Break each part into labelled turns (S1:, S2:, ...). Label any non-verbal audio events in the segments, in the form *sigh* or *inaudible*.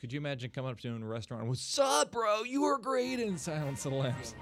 S1: Could you imagine coming up to him in a restaurant? What's up, bro? You were great in Silence of the Lambs.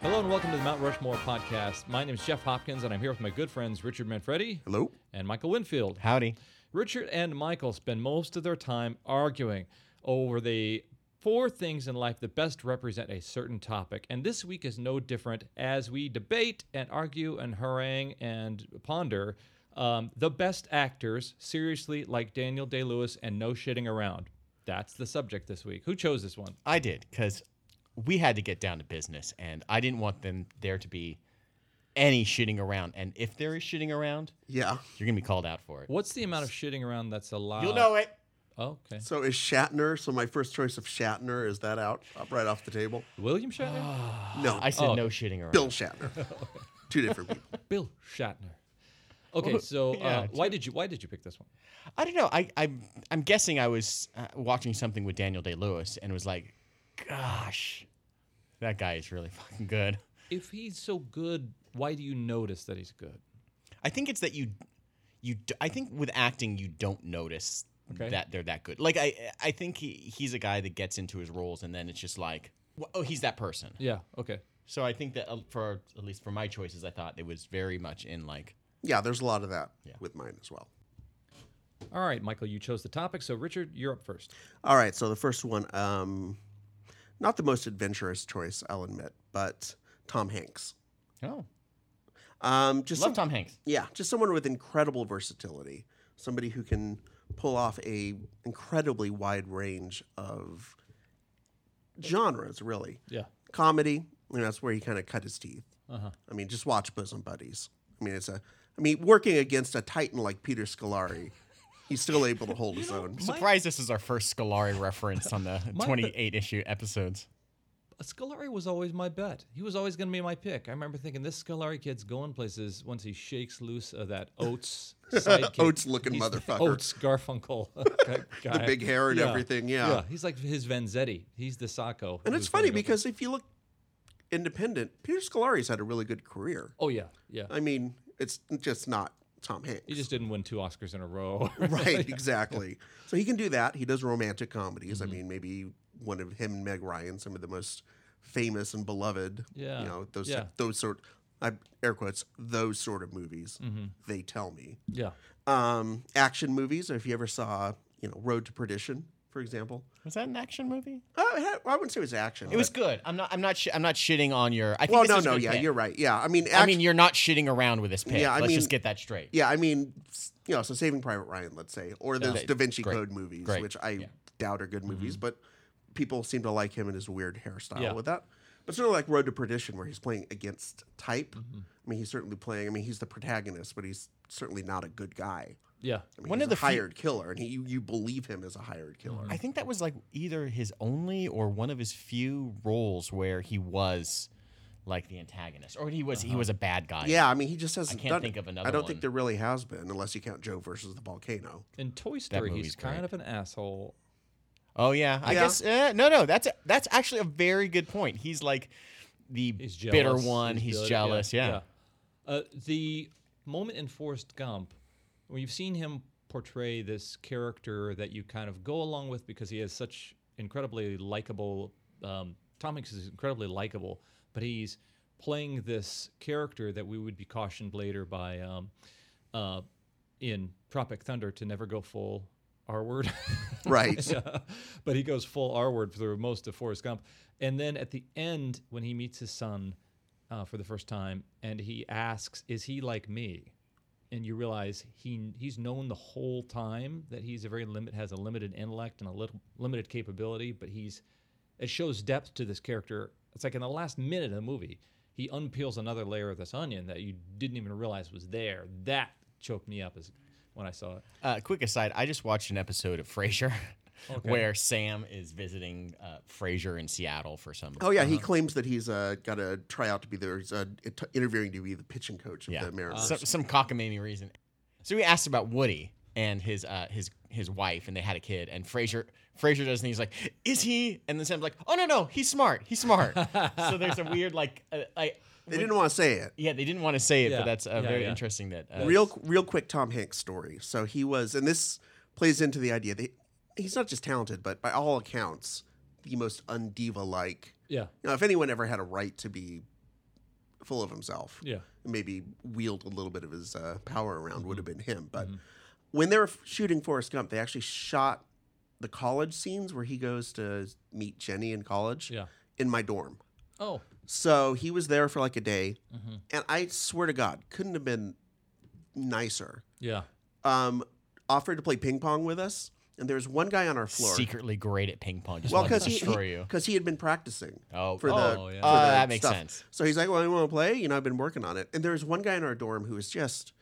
S1: Hello and welcome to the Mount Rushmore podcast. My name is Jeff Hopkins, and I'm here with my good friends Richard Manfredi
S2: Hello.
S1: and Michael Winfield.
S3: Howdy.
S1: Richard and Michael spend most of their time arguing over the four things in life that best represent a certain topic. And this week is no different as we debate and argue and harangue and ponder um, the best actors, seriously, like Daniel Day Lewis and no shitting around. That's the subject this week. Who chose this one?
S3: I did because we had to get down to business, and I didn't want them there to be any shitting around. And if there is shitting around,
S2: Yeah.
S3: you're gonna be called out for it.
S1: What's the amount of shitting around that's allowed?
S3: You'll know it.
S1: Okay.
S2: So is Shatner? So my first choice of Shatner is that out up right off the table?
S1: William
S3: Ah.
S1: Shatner?
S2: No,
S3: I said
S1: Oh.
S3: no shitting around.
S2: Bill Shatner. *laughs* Two different people.
S1: Bill Shatner. Okay, so uh,
S3: Oh, yeah,
S1: why did you why did you pick this one?
S3: I don't know. I, I I'm guessing I was uh, watching something with Daniel Day Lewis and was like, gosh, that guy is really *laughs* fucking good.
S1: if he's so good, why do you notice that he's good?
S3: I think it's that you, you. d- I think with acting you don't notice
S1: Okay.
S3: that they're that good. Like I, I think he, he's a guy that gets into his roles and then it's just like, "Wh- oh, he's that person.
S1: Yeah. Okay.
S3: So I think that uh, for at least for my choices, I thought it was very much in like
S2: Yeah, there's a lot of that
S3: Yeah.
S2: with mine as well.
S1: All right, Michael, you chose the topic, so Richard, you're up first.
S2: All right, so the first one, um, not the most adventurous choice, I'll admit, but Tom Hanks.
S3: oh,
S2: Um, just
S3: love
S2: some,
S3: Tom Hanks.
S2: yeah, just someone with incredible versatility, somebody who can pull off a incredibly wide range of genres, really.
S1: Yeah.
S2: comedy. You know, that's where he kind of cut his teeth.
S1: Uh-huh.
S2: I mean, just watch Bosom Buddies. I mean, it's a. I mean, working against a titan like Peter Scolari, he's still able to hold his own.
S3: Surprised this is our first Scolari reference
S2: *laughs*
S3: on the
S1: My-
S3: 28 issue episodes.
S1: Uh, Scolari was always my bet. He was always going to be my pick. I remember thinking this Scolari kid's going places once he shakes loose of
S2: *laughs*
S1: that Oates sidekick.
S2: Oates-looking
S1: He's the
S2: motherfucker.
S1: Oates Garfunkel. *laughs* guy.
S2: The big hair and everything, yeah.
S1: He's like his Vanzetti. He's the Sacco.
S2: And
S1: who
S2: it's
S1: was gonna
S2: funny
S1: go for-
S2: because if you look independent, Peter Scolari's had a really good career.
S1: Oh yeah, yeah.
S2: I mean, it's just not Tom Hanks.
S1: He just didn't win two Oscars in a row.
S2: *laughs* right, exactly. So he can do that. He does romantic comedies.
S3: Mm-hmm.
S2: I mean, maybe one of him and Meg Ryan, some of the most famous and beloved.
S1: Yeah,
S2: you know those
S1: yeah.
S2: those sort. I air quotes those sort of movies.
S3: Mm-hmm.
S2: They tell me
S1: *laughs* yeah.
S2: um, action movies. If you ever saw, you know, Road to Perdition, for example.
S3: Was that an action movie?
S2: Oh, it had- I wouldn't say it was action.
S3: It was
S2: but-
S3: good. I'm not. I'm not. Sh- I'm not shitting on your. I think
S2: Uh, Well,
S3: this
S2: no,
S3: is a
S2: no,
S3: good
S2: yeah,
S3: pick.
S2: you're right. Yeah, I mean,
S3: I
S2: act-
S3: mean, you're not shitting around with this pick.
S2: Yeah, I
S3: Let's
S2: mean-
S3: just get that straight.
S2: Yeah, I mean, s- you know, so Saving Private Ryan, let's say, or those
S3: they-
S2: Da Vinci
S3: great,
S2: Code movies,
S3: great, Mm-hmm.
S2: which I doubt are good movies, but people seem to like him and his weird hairstyle
S1: Yeah.
S2: with that. But sort of like Road to Perdition, where he's playing against type.
S3: Mm-hmm.
S2: I mean, he's certainly playing. I mean, he's the protagonist, but he's certainly not a good guy.
S1: Yeah.
S2: I mean,
S3: One
S2: he's
S3: of
S2: a
S3: the few- Mm-hmm.
S2: hired killer, and he, you, you believe him as a hired killer.
S3: I think that was like either his only or one of his few roles where he was like the antagonist, or he was
S2: Uh-huh.
S3: he was a bad guy.
S2: Yeah, I mean, he just hasn't.
S3: can't
S2: done
S3: think
S2: it.
S3: of another
S2: I don't
S3: one.
S2: think there really has been, unless you count Joe versus the volcano. *laughs*
S1: In Toy Story, he's
S3: movie's
S1: kind of
S3: great.
S1: an asshole.
S3: Oh yeah. I
S2: Yeah.
S3: guess uh, no, no. That's a, that's actually a very good point. He's like the
S1: He's jealous.
S3: bitter one. He's,
S1: bitter,
S3: jealous. Yeah.
S1: yeah. Uh, the moment in Forrest Gump, when you've seen him portray this character that you kind of go along with because he has such incredibly likable. Um, Tom Hanks is incredibly likable, but he's playing this character that we would be cautioned later by um, uh, in Tropic Thunder to never go full R word. *laughs*
S2: Right.
S1: Yeah. but he goes full R word through most of Forrest Gump. And then at the end, when he meets his son uh, for the first time, and he asks, "Is he like me?" And you realize he he's known the whole time that he's a very limit has a limited intellect and a little limited capability, but he's it shows depth to this character. It's like in the last minute of the movie, he unpeels another layer of this onion that you didn't even realize was there. That choked me up as when I saw it.
S3: Uh, quick aside. I just watched an episode of Frasier. *laughs*
S1: Okay.
S3: Where Sam is visiting uh, Frasier in Seattle for some.
S2: Oh yeah, he claims that he's uh, got to try out to be there. He's uh, int- interviewing to be the pitching coach of
S3: Yeah.
S2: the Mariners.
S3: some, some cockamamie reason. So we asked about Woody and his uh, his his wife, and they had a kid. And Fraser Fraser does, and he's like,
S1: *laughs*
S3: "Is he?" And then Sam's like, "Oh no, no, he's smart. He's smart." so there's a weird like, uh, I
S2: They didn't want to say it.
S3: Yeah, they didn't want to say it,
S1: Yeah,
S3: but that's uh,
S1: yeah,
S3: very
S1: yeah.
S3: interesting. That uh,
S2: real real quick Tom Hanks story. So he was, and this plays into the idea that he's not just talented, but by all accounts, the most undiva like.
S1: Yeah.
S2: You know, if anyone ever had a right to be full of himself,
S1: Yeah.
S2: maybe wield a little bit of his uh, power around would
S1: Mm-hmm.
S2: have been him. But when they were f- shooting Forrest Gump, they actually shot the college scenes where he goes to meet Jenny in college
S1: Yeah.
S2: in my dorm.
S1: Oh.
S2: So he was there for like a day,
S3: Mm-hmm.
S1: Mhm.
S2: and I swear to God, couldn't have been nicer.
S1: Yeah.
S2: Um, offered to play ping pong with us, and there was one guy on our floor.
S3: secretly great at ping pong. Just
S2: Well,
S3: wanted
S2: because
S3: to
S2: he
S3: destroy you.
S2: because he, had been practicing.
S3: Oh,
S2: for the-
S3: oh,
S2: for
S3: yeah.
S2: the
S3: Oh, that makes
S2: stuff.
S3: sense.
S2: So he's like, "Well, you want to play? You know, I've been working on it." And there was one guy in our dorm who was just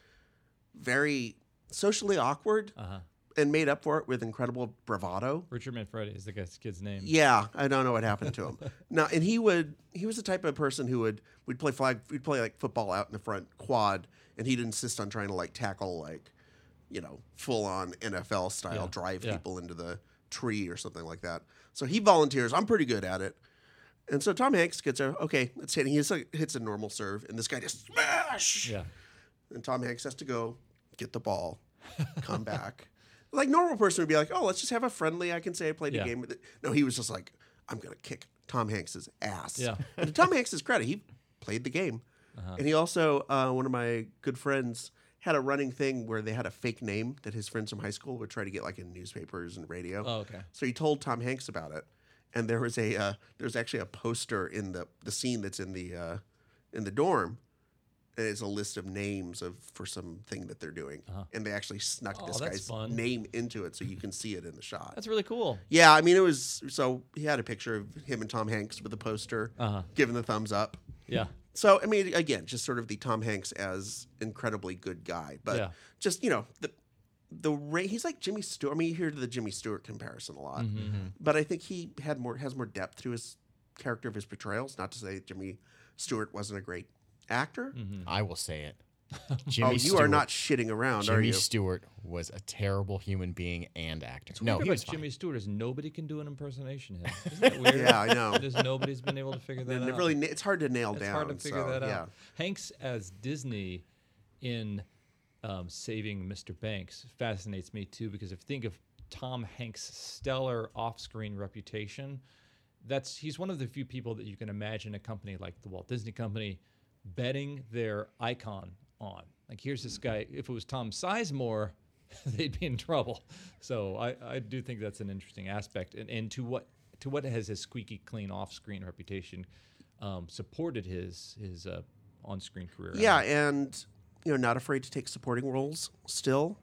S2: very socially awkward
S1: Uh huh.
S2: and made up for it with incredible bravado.
S1: Richard Manfredi is the guy's kid's name.
S2: Yeah, I don't know what
S1: *laughs*
S2: happened to him. no, and he would he was the type of person who would would play flag we'd play like football out in the front quad and he'd insist on trying to like tackle like you know, full on NFL style
S1: Yeah,
S2: drive
S1: yeah.
S2: people into the tree or something like that. So he volunteers, I'm pretty good at it. And so Tom Hanks gets a okay, it's hitting. He hits, like, hits a normal serve, and this guy just smash.
S1: Yeah.
S2: And Tom Hanks has to go get the ball, come back. *laughs* Like normal person would be like, oh, let's just have a friendly. I can say I played
S1: Yeah.
S2: a game with it. No, he was just like, I'm gonna kick Tom Hanks's ass.
S1: Yeah.
S2: *laughs*
S1: Uh-huh.
S2: And to Tom Hanks's credit, he played the game, and he also uh, one of my good friends had a running thing where they had a fake name that his friends from high school would try to get like in newspapers and radio.
S1: Oh, okay.
S2: So he told Tom Hanks about it, and there was a uh, there's actually a poster in the the scene that's in the uh, in the dorm, and it's a list of names of for something that they're doing, and they actually snuck
S1: Uh-huh. Oh,
S2: this
S1: that's
S2: guy's
S1: fun.
S2: name into it so you can see it in the shot.
S1: That's really cool.
S2: yeah, I mean it was so he had a picture of him and Tom Hanks with a poster,
S1: Uh-huh.
S2: giving the thumbs up.
S1: Yeah.
S2: So I mean, again, just sort of the Tom Hanks as incredibly good guy, but
S1: Yeah.
S2: just you know the the ra- he's like Jimmy Stewart. I mean, you hear the Jimmy Stewart comparison a
S1: Mm-hmm.
S2: lot, but I think he had more has more depth to his character of his portrayals. Not to say that Jimmy Stewart wasn't a great actor.
S1: Mm-hmm. Hmm.
S3: I will say
S2: *laughs*
S3: it.
S2: Oh,
S3: Jimmy
S2: you
S3: Stewart,
S2: are not shitting around, are
S3: Jimmy
S2: you?
S3: Stewart was a terrible human being and actor. No,
S1: What
S3: he
S1: about
S3: was fine.
S1: Jimmy Stewart is nobody can do an impersonation of him.
S2: *laughs*
S1: Isn't that weird?
S2: Yeah, I
S1: *laughs*
S2: know.
S1: Just nobody's been able to figure that
S2: And it
S1: out.
S2: really, it's hard to nail
S1: it's
S2: down.
S1: hard to figure
S2: so,
S1: that out.
S2: yeah.
S1: Hanks as Disney in um, Saving Mr. Banks fascinates me too because if think of Tom Hanks' stellar off-screen reputation, that's he's one of the few people that you can imagine a company like the Walt Disney Company betting their icon on. Like here's this guy. If it was Tom Sizemore, *laughs* they'd be in trouble. So I, I do think that's an interesting aspect. And, and to what to what has his squeaky clean off-screen reputation um, supported his his uh, on-screen career?
S2: Yeah, and you know, not afraid to take supporting roles. Still,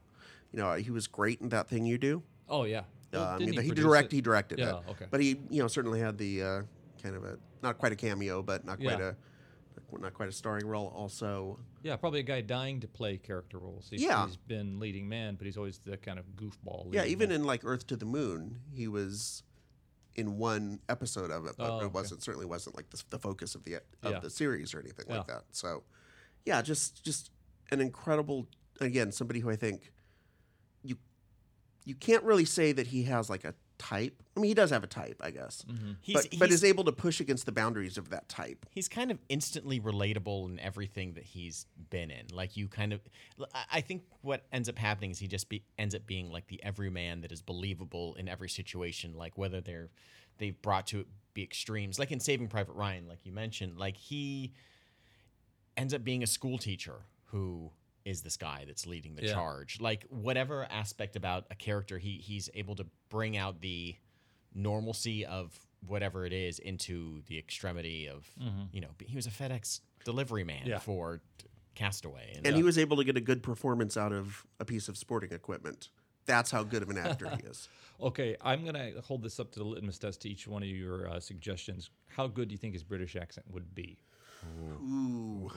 S2: you know, he was great in that thing you do.
S1: Oh yeah. Well,
S2: Uh, I
S1: didn't
S2: mean, he,
S1: produce
S2: direct,
S1: it?
S2: he directed
S1: Yeah,
S2: it.
S1: okay.
S2: But he, you know, certainly had the uh, kind of a not quite a cameo, but not quite
S1: Yeah.
S2: a not quite a starring role. Also,
S1: Yeah, probably a guy dying to play character roles. He's,
S2: Yeah.
S1: he's been leading man, but he's always the kind of goofball.
S2: yeah,
S1: leading
S2: even
S1: man.
S2: in like Earth to the Moon, he was in one episode of it, but
S1: Oh, okay.
S2: it wasn't certainly wasn't like the, the focus of the of
S1: Yeah.
S2: the series or anything like
S1: Yeah.
S2: that. So, yeah, just just an incredible again somebody who I think you you can't really say that he has like a type. I mean, he does have a type, I guess.
S1: Mm-hmm.
S3: He's,
S2: But, but
S3: he's-
S2: is able to push against the boundaries of that type.
S3: he's kind of instantly relatable in everything that he's been in. Like you kind of, I- I think what ends up happening is he just be, ends up being like the everyman that is believable in every situation. Like whether they're they've brought to be extremes, like in Saving Private Ryan, like you mentioned, like he ends up being a school teacher who is this guy that's leading the
S1: Yeah.
S3: charge. Like whatever aspect about a character, he he's able to bring out the normalcy of whatever it is into the extremity of you know he was a FedEx delivery man
S1: Mm-hmm. Yeah.
S3: for Castaway and, uh,
S2: And he was able to get a good performance out of a piece of sporting equipment. That's how good of an actor he
S3: *laughs*
S2: is.
S1: Okay, I'm gonna hold this up to the litmus test to each one of your uh, suggestions. How good do you think his British accent would be?
S2: Ooh.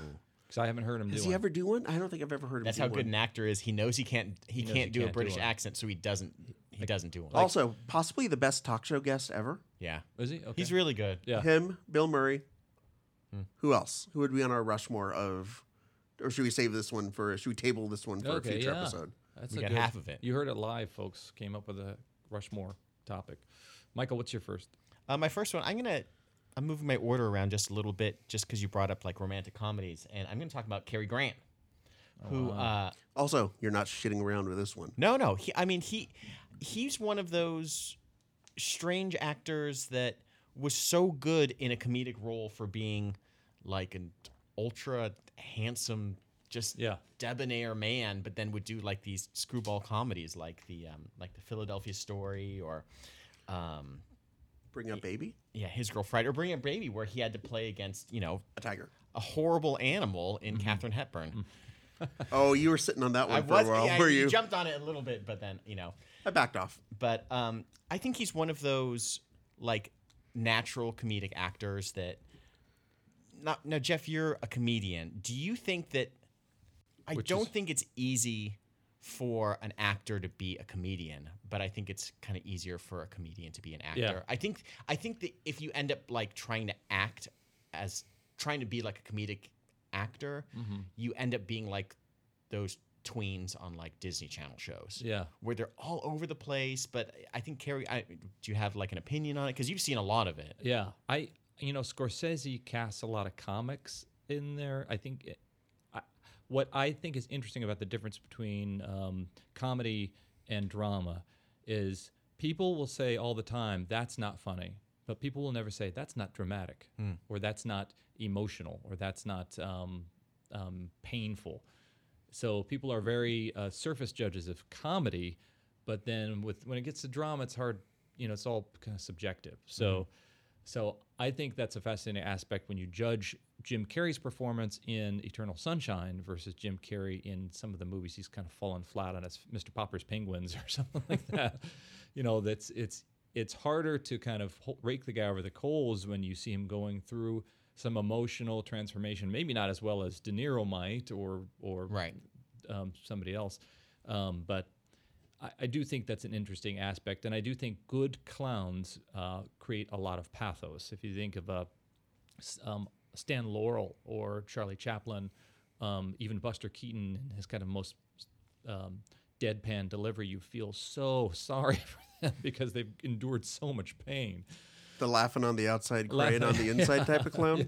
S1: Because I haven't heard him
S2: Does
S1: do
S2: he
S1: one.
S2: ever do one? I don't think I've ever heard of him.
S3: that's
S2: do
S3: how
S2: one.
S3: good an actor is he knows he can't he,
S1: knows
S3: can't
S1: he
S3: do
S1: can't
S3: a
S1: do
S3: British
S1: one.
S3: accent so he doesn't he doesn't do one
S2: Also, possibly the best talk show guest ever.
S3: yeah
S1: Is he? Okay.
S3: he's really good
S1: Yeah.
S2: Him, Bill Murray.
S3: Hmm.
S2: Who else? Who would be on our Rushmore of, or should we save this one for? Should we table this one for a
S1: Okay,
S2: future
S1: yeah.
S2: episode?
S1: That's
S3: We
S1: a
S3: got
S1: good-
S3: half of it.
S1: You heard it live, folks. Came up with a Rushmore topic. Michael, what's your first?
S3: Uh, my first one, I'm gonna I'm moving my order around just a little bit, just because you brought up like romantic comedies, and I'm going to talk about Cary Grant, who
S1: Oh,
S3: uh,
S2: Also, you're not shitting around with this one.
S3: no, no. He, I mean, he he's one of those strange actors that was so good in a comedic role for being like an ultra handsome, just
S1: Yeah.
S3: debonair man, but then would do like these screwball comedies, like the um, like the Philadelphia Story or. Um,
S2: Bring up baby,
S3: yeah, his girl Friday or Bring a Baby, where he had to play against you know
S2: a
S3: *laughs*
S2: tiger.
S3: a horrible animal in Katherine Hepburn.
S2: Oh, you were sitting on that
S3: I
S2: one for
S3: was,
S2: a while,
S3: yeah,
S2: were
S3: you
S2: you?
S3: jumped on it a little bit, but then you know,
S2: I backed off.
S3: but um, I think he's one of those like natural comedic actors that. Not now, Jeff. You're a comedian. Do you think that? I
S1: Which
S3: don't
S1: is-
S3: think it's easy for an actor to be a comedian, but I think it's kind of easier for a comedian to be an actor.
S1: Yeah.
S3: I think I think that if you end up like trying to act as trying to be like a comedic actor,
S1: Mm-hmm.
S3: you end up being like those tweens on like Disney Channel shows
S1: Yeah.
S3: where they're all over the place. But I think Carrie, I, do you have like an opinion on it? Because you've seen a lot of it.
S1: Yeah, I you know Scorsese casts a lot of comics in there. I think it, I, what I think is interesting about the difference between um, comedy and drama is people will say all the time that's not funny, but people will never say that's not dramatic or that's not emotional or that's not um, um, painful. So people are very uh, surface judges of comedy, but then with when it gets to drama, it's hard. You know, it's all kind of subjective. So, so I think that's a fascinating aspect when you judge Jim Carrey's performance in Eternal Sunshine versus Jim Carrey in some of the movies he's kind of fallen flat on his Mr. Popper's Penguins *laughs* or something like that. you know, that's it's it's harder to kind of ho- rake the guy over the coals when you see him going through some emotional transformation, maybe not as well as De Niro might or or
S3: Right.
S1: um, somebody else. Um, but I, I do think that's an interesting aspect, and I do think good clowns uh, create a lot of pathos. If you think of a s- um, Stan Laurel or Charlie Chaplin, um, even Buster Keaton in his kind of most um, deadpan delivery, you feel so *laughs* sorry for them because they've endured so much pain.
S2: The laughing on the outside, crying on
S1: Laughing- *laughs*
S2: the inside type of clown.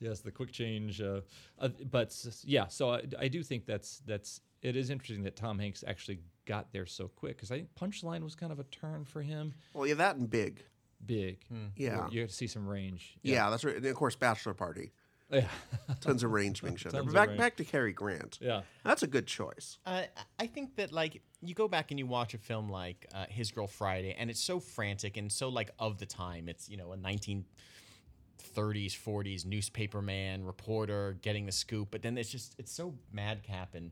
S1: yes, the quick change. Uh, uh, but s- yeah, so I, I do think that's that's it is interesting that Tom Hanks actually got there so quick because I think Punchline was kind of a turn for him.
S2: Well, yeah, that and big.
S1: Big,
S3: Hmm.
S2: Yeah.
S1: you got to see some range.
S2: Yeah, that's right. And of course, Bachelor Party.
S1: yeah, *laughs*
S2: Tons of range being shown. there.
S1: Tons
S2: But
S1: of
S2: back
S1: range.
S2: back to Cary Grant.
S1: yeah.
S2: That's a good choice.
S3: Uh, I think that like you go back and you watch a film like uh, His Girl Friday, and it's so frantic and so like of the time. It's you know a 1930s, 40s newspaper man reporter getting the scoop, but then it's just it's so madcap and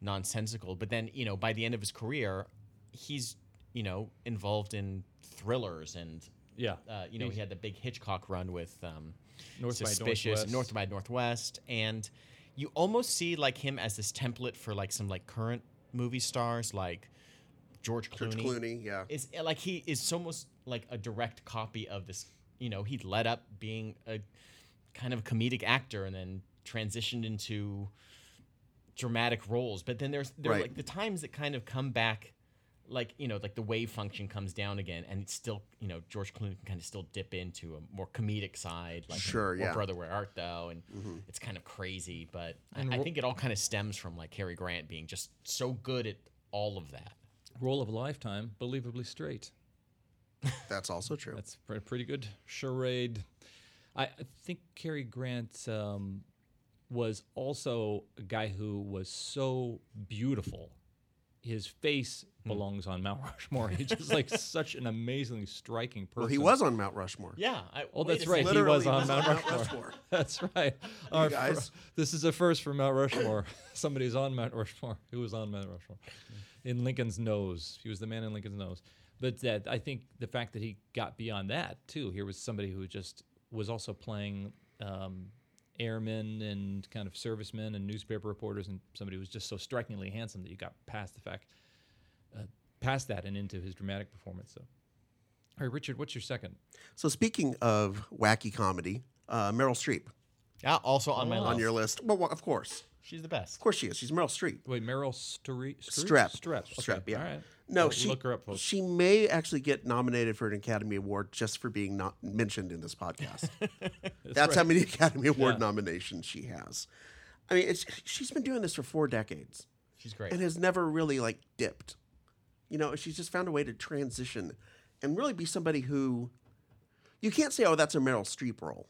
S3: nonsensical. But then you know by the end of his career, he's you know involved in thrillers and
S1: Yeah.
S3: uh, you know he had the big Hitchcock run with um,
S1: North by
S3: suspicious
S1: Northwest.
S3: North by Northwest, and you almost see like him as this template for like some like current movie stars like George Clooney.
S2: George Clooney, yeah.
S3: Is eh, like he is almost like a direct copy of this. You know, he led up being a kind of comedic actor and then transitioned into dramatic roles. But then there's there are
S2: Right.
S3: like the times that kind of come back, like you know, like the wave function comes down again, and it's still you know George Clooney can kind of still dip into a more comedic side, like
S2: Sure,
S3: or
S2: yeah.
S3: Brother Where Art Thou, and it's kind of crazy. But I,
S1: And
S3: I
S1: Ro-
S3: think it all kind of stems from like Cary Grant being just so good at all of that.
S1: Role of a lifetime, believably straight.
S2: That's also true.
S1: That's pre- pretty good charade. I, I think Cary Grant um, was also a guy who was so beautiful. His face
S2: Hmm.
S1: belongs on Mount *laughs* Rushmore. He's just like such an amazingly striking person.
S2: well, he was on Mount Rushmore.
S3: Yeah. I,
S1: Oh,
S3: wait
S1: that's
S3: a
S1: right.
S3: second.
S1: He was
S2: Literally
S1: on
S2: was
S1: Mount
S2: on Mount
S1: Rushmore.
S2: Rushmore.
S1: *laughs* That's right. Our fir-
S2: guys.
S1: this is a first for Mount Rushmore. *laughs* Somebody's on Mount Rushmore. Who was on Mount Rushmore? In Lincoln's nose. He was the man in Lincoln's nose. But that I think the fact that he got beyond that too. Here was somebody who just was also playing um, airmen and kind of servicemen and newspaper reporters and somebody who was just so strikingly handsome that you got past the fact, uh, past that and into his dramatic performance. So, all right, Richard, what's your second?
S2: So speaking of wacky comedy, uh, Meryl Streep
S3: Yeah, also on my
S1: Oh.
S3: list.
S2: on your list. Well, well, of course.
S3: She's the best.
S2: Of course she is. She's Meryl Streep.
S1: Wait, Meryl Streep.
S2: Strep.
S1: Strep.
S2: Strep,
S1: Okay,
S2: yeah.
S1: All right.
S2: No,
S1: I'll
S2: she
S1: look her up, folks.
S2: she may actually get nominated for an Academy Award just for being not mentioned in this podcast. That's, how many Academy Award
S1: Yeah.
S2: nominations she has. I mean, it's, she's been doing this for four decades
S3: She's great.
S2: and has never really like dipped. You know, she's just found a way to transition and really be somebody who you can't say, "Oh, that's a Meryl Streep role."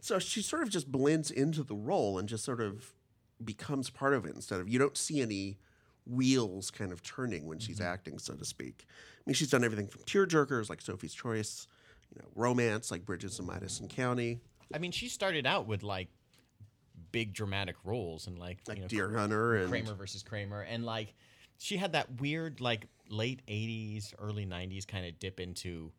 S2: So she sort of just blends into the role and just sort of becomes part of it instead of you don't see any wheels kind of turning when she's
S3: Mm-hmm.
S2: acting, so to speak. I mean, she's done everything from tearjerkers like Sophie's Choice, you know, romance like Bridges and Midas and County,
S3: I mean, she started out with like big dramatic roles and like,
S2: like
S3: you know,
S2: Deer Hunter and
S3: Kramer versus Kramer, and like she had that weird like late '80s, early '90s kind of dip into.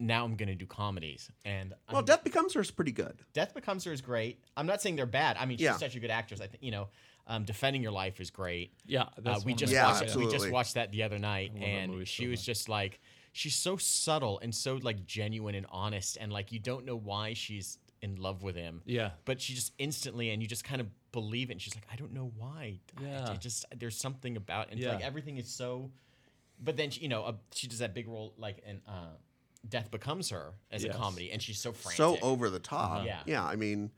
S3: Now I'm gonna do comedies, and
S2: well,
S3: I'm-
S2: Death Becomes Her is pretty good.
S3: Death Becomes Her is great. I'm not saying they're bad. I mean, she's
S2: Yeah.
S3: such a good actress. I think you know, um, Defending Your Life is great.
S1: Yeah,
S3: Uh,
S1: that's
S3: we
S1: one
S3: just
S1: of
S2: Yeah,
S1: my-
S3: watched we just
S2: absolutely.
S3: watched that the other night,
S1: love that movie
S3: and she
S1: so
S3: was
S1: much.
S3: just like she's so subtle and so like genuine and honest, and like you don't know why she's in love with him,
S1: Yeah.
S3: but she just instantly and you just kind of believe it. And she's like, I don't know why. I- I,
S1: Yeah.
S3: just there's something about and like
S1: Yeah.
S3: everything is so. But then she, you know uh, she does that big role like in uh, Death Becomes Her as
S1: Yes.
S3: a comedy, and she's so frantic.
S2: so over the top.
S3: Yeah.
S2: yeah, I mean,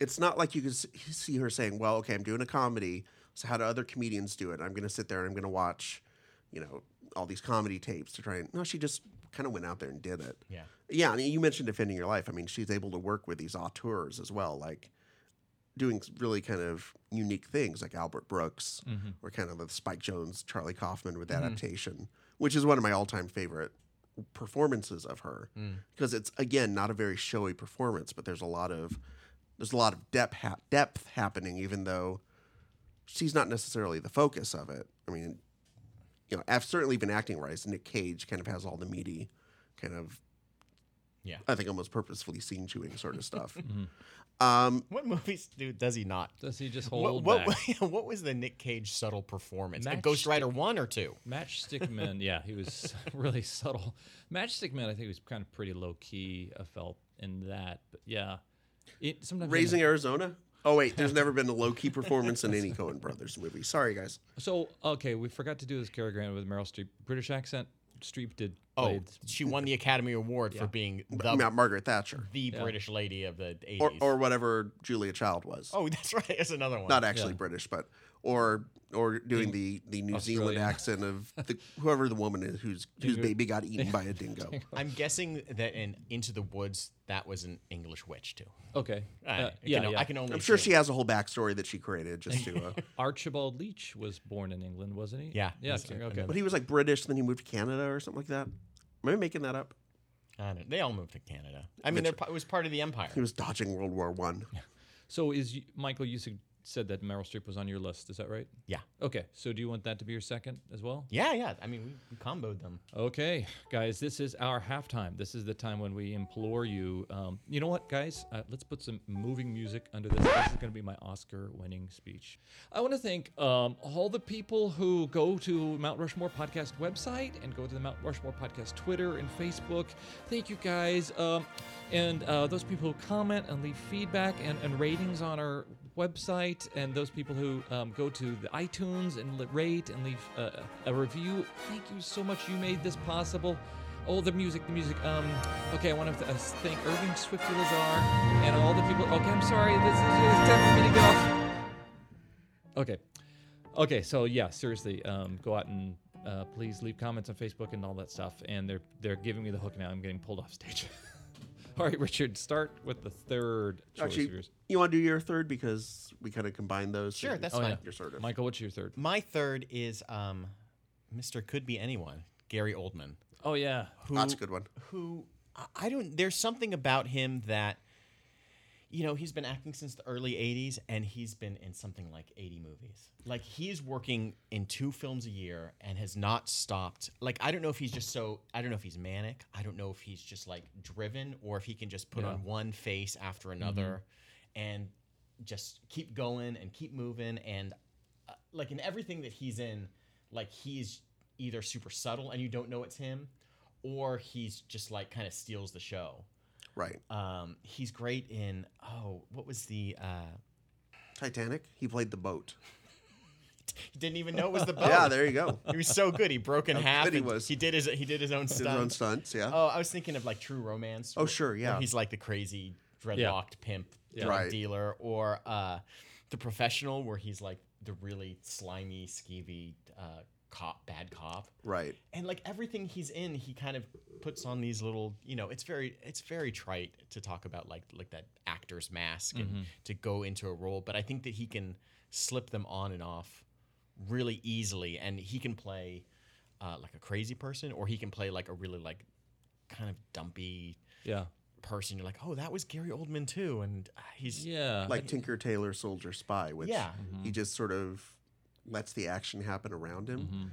S2: it's not like you can s- see her saying, "Well, okay, I'm doing a comedy, so how do other comedians do it? I'm going to sit there and I'm going to watch, you know, all these comedy tapes to try and." No, she just kind of went out there and did it.
S3: yeah.
S2: Yeah, I mean, you mentioned defending your life. I mean, she's able to work with these auteurs as well, like doing s- really kind of unique things, like Albert Brooks
S1: Mhm.
S2: or kind of the Spike Jones, Charlie Kaufman with adaptation, which is one of my all-time favorite performances of her
S3: Mm.
S2: because it's again not a very showy performance, but there's a lot of there's a lot of depth ha- depth happening, even though she's not necessarily the focus of it. I mean, you know, af- certainly even acting wise, Nick Cage kind of has all the meaty, kind of,
S3: Yeah.
S2: I think almost purposefully scene chewing sort of stuff.
S1: Mhm.
S2: um,
S3: What movies do does he not?
S1: Does he just
S3: What,
S1: hold
S3: what,
S1: back?
S3: *laughs* what was the Nick Cage subtle performance? A
S1: Matchstick.
S3: Ghost Rider one or two?
S2: *laughs*
S1: Matchstick Man, yeah, he was *laughs* really subtle. Matchstick Man, I think was kind of pretty low key. I felt in that, but yeah, it sometimes
S2: Raising Arizona. Oh wait, there's never been a low key performance in any Cohen Brothers movie. Sorry guys.
S1: So okay, we forgot to do this Carrigan with Meryl Streep British accent. Streep did.
S3: Oh,
S1: played-
S3: she won the Academy Award for being the,
S2: Not Margaret Thatcher
S3: the British lady of the 80s.
S2: or or whatever Julia Child was.
S3: oh, that's right. That's another one.
S2: *laughs* not actually
S1: Yeah.
S2: British, but or or doing the the New Zealand
S1: Australian.
S2: accent of the, whoever the woman is whose whose
S1: Dingo.
S2: baby got eaten by a dingo.
S3: I'm guessing that in Into the Woods, that was an English witch, too.
S1: okay,
S3: I,
S1: uh,
S3: you know, I can only
S2: I'm sure
S3: assume.
S2: she has a whole backstory that she created just to. Uh,
S1: Archibald Leach was born in England, wasn't he?
S3: Yeah,
S1: yeah,
S3: he's
S1: okay.
S3: a-
S1: okay.
S2: but he was like British, then he moved to Canada or something like that. Am I making that up?
S3: I don't, they all moved to Canada. I mean, they're pa- it was part of the empire.
S2: He was dodging World War One.
S1: So is you, Michael? You sug- said that Meryl Streep was on your list. Is that right?
S3: Yeah.
S1: Okay. So do you want that to be your second as well?
S3: Yeah, yeah. I mean, we, we comboed them.
S1: Okay, guys, this is our halftime. This is the time when we implore you. Um, you know what, guys? Uh, let's put some moving music under this. This is going to be my Oscar winning speech. I want to thank um, all the people who go to Mount Rushmore Podcast website and go to the Mount Rushmore Podcast Twitter and Facebook. Thank you, guys. Um, and uh, those people who comment and leave feedback and, and ratings on our website, and those people who um, go to the iTunes and li- rate and leave uh, a review. Thank you so much. You made this possible. Oh, the music, the music. Um, okay, I want to uh, thank Irving Swifty Lazar and all the people. Okay, I'm sorry. This is it's time for me to get off. Okay. Okay, so yeah, seriously, um, go out and uh, please leave comments on Facebook and all that stuff. And they're they're giving me the hook now. I'm getting pulled off stage. *laughs* all right, Richard, start with the third choice of
S2: Actually,
S1: yours.
S2: you want to do your third because we kind of combined those.
S3: Sure, that's
S1: Oh,
S3: fine.
S1: yeah.
S2: your sort of.
S1: Michael, what's your third?
S3: My third is um, Mr. Could Be Anyone, Gary Oldman.
S1: Oh yeah,
S3: Who,
S2: That's a good one.
S3: who I- I don't there's something about him that you know he's been acting since the early 80s and he's been in something like 80 movies like he is working in two films a year and has not stopped like i don't know if he's just so i don't know if he's manic i don't know if he's just like driven or if he can just put
S1: Yeah.
S3: on one face after another and just keep going and keep moving and uh, like in everything that he's in like he's either super subtle and you don't know it's him or he's just like kind of steals the show
S2: Right.
S3: um, he's great in oh, what was the uh,
S2: Titanic. He played the boat.
S3: He didn't even know it
S2: *laughs*
S3: was the boat.
S2: Yeah, there you go.
S3: He was so good. He broke in half.
S2: good he
S3: and
S2: was.
S3: He did his. He did his own
S2: Did his own
S3: stunt.
S2: stunts. Yeah.
S3: Oh, I was thinking of like True Romance.
S2: Oh,
S3: where-
S2: sure,
S3: where
S2: yeah.
S3: He's like the crazy dreadlocked pimp drug
S2: Right.
S3: dealer, or uh, the professional, where he's like the really slimy, skeevy uh, cop, bad cop.
S2: Right.
S3: And like everything he's in, he kind of puts on these little, you know, it's very, it's very trite to talk about like like that actor's mask and to go into a role, but I think that he can slip them on and off really easily, and he can play uh, like a crazy person, or he can play like a really like kind of dumpy
S1: Yeah.
S3: person. You're like, oh, that was Gary Oldman too, and uh, he's
S1: Yeah.
S2: Like Tinker Tailor Soldier Spy, which
S3: Yeah.
S2: he just sort of lets the action happen around him.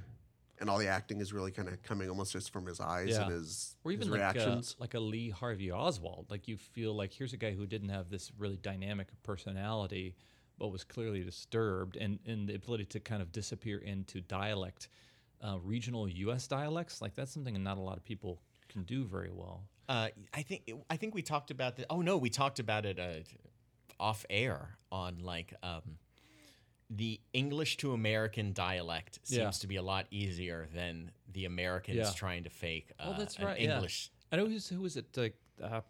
S2: And all the acting is really kind of coming almost just from his eyes
S1: Yeah.
S2: and his,
S1: or even
S2: his
S1: like uh, a,
S2: reactions.
S1: like a Lee Harvey Oswald. Like you feel like here's a guy who didn't have this really dynamic personality, but was clearly disturbed, and and the ability to kind of disappear into dialect, uh, regional U.S. dialects. Like that's something not a lot of people can do very well.
S3: Uh, I think I think we talked about the. Oh no, we talked about it uh, off air on like um, the English to American dialect seems
S1: Yeah.
S3: to be a lot easier than the Americans
S1: Yeah.
S3: trying to fake. Uh,
S1: Oh, that's
S3: an
S1: right. yeah.
S3: English.
S1: I know who's who was it? Like uh,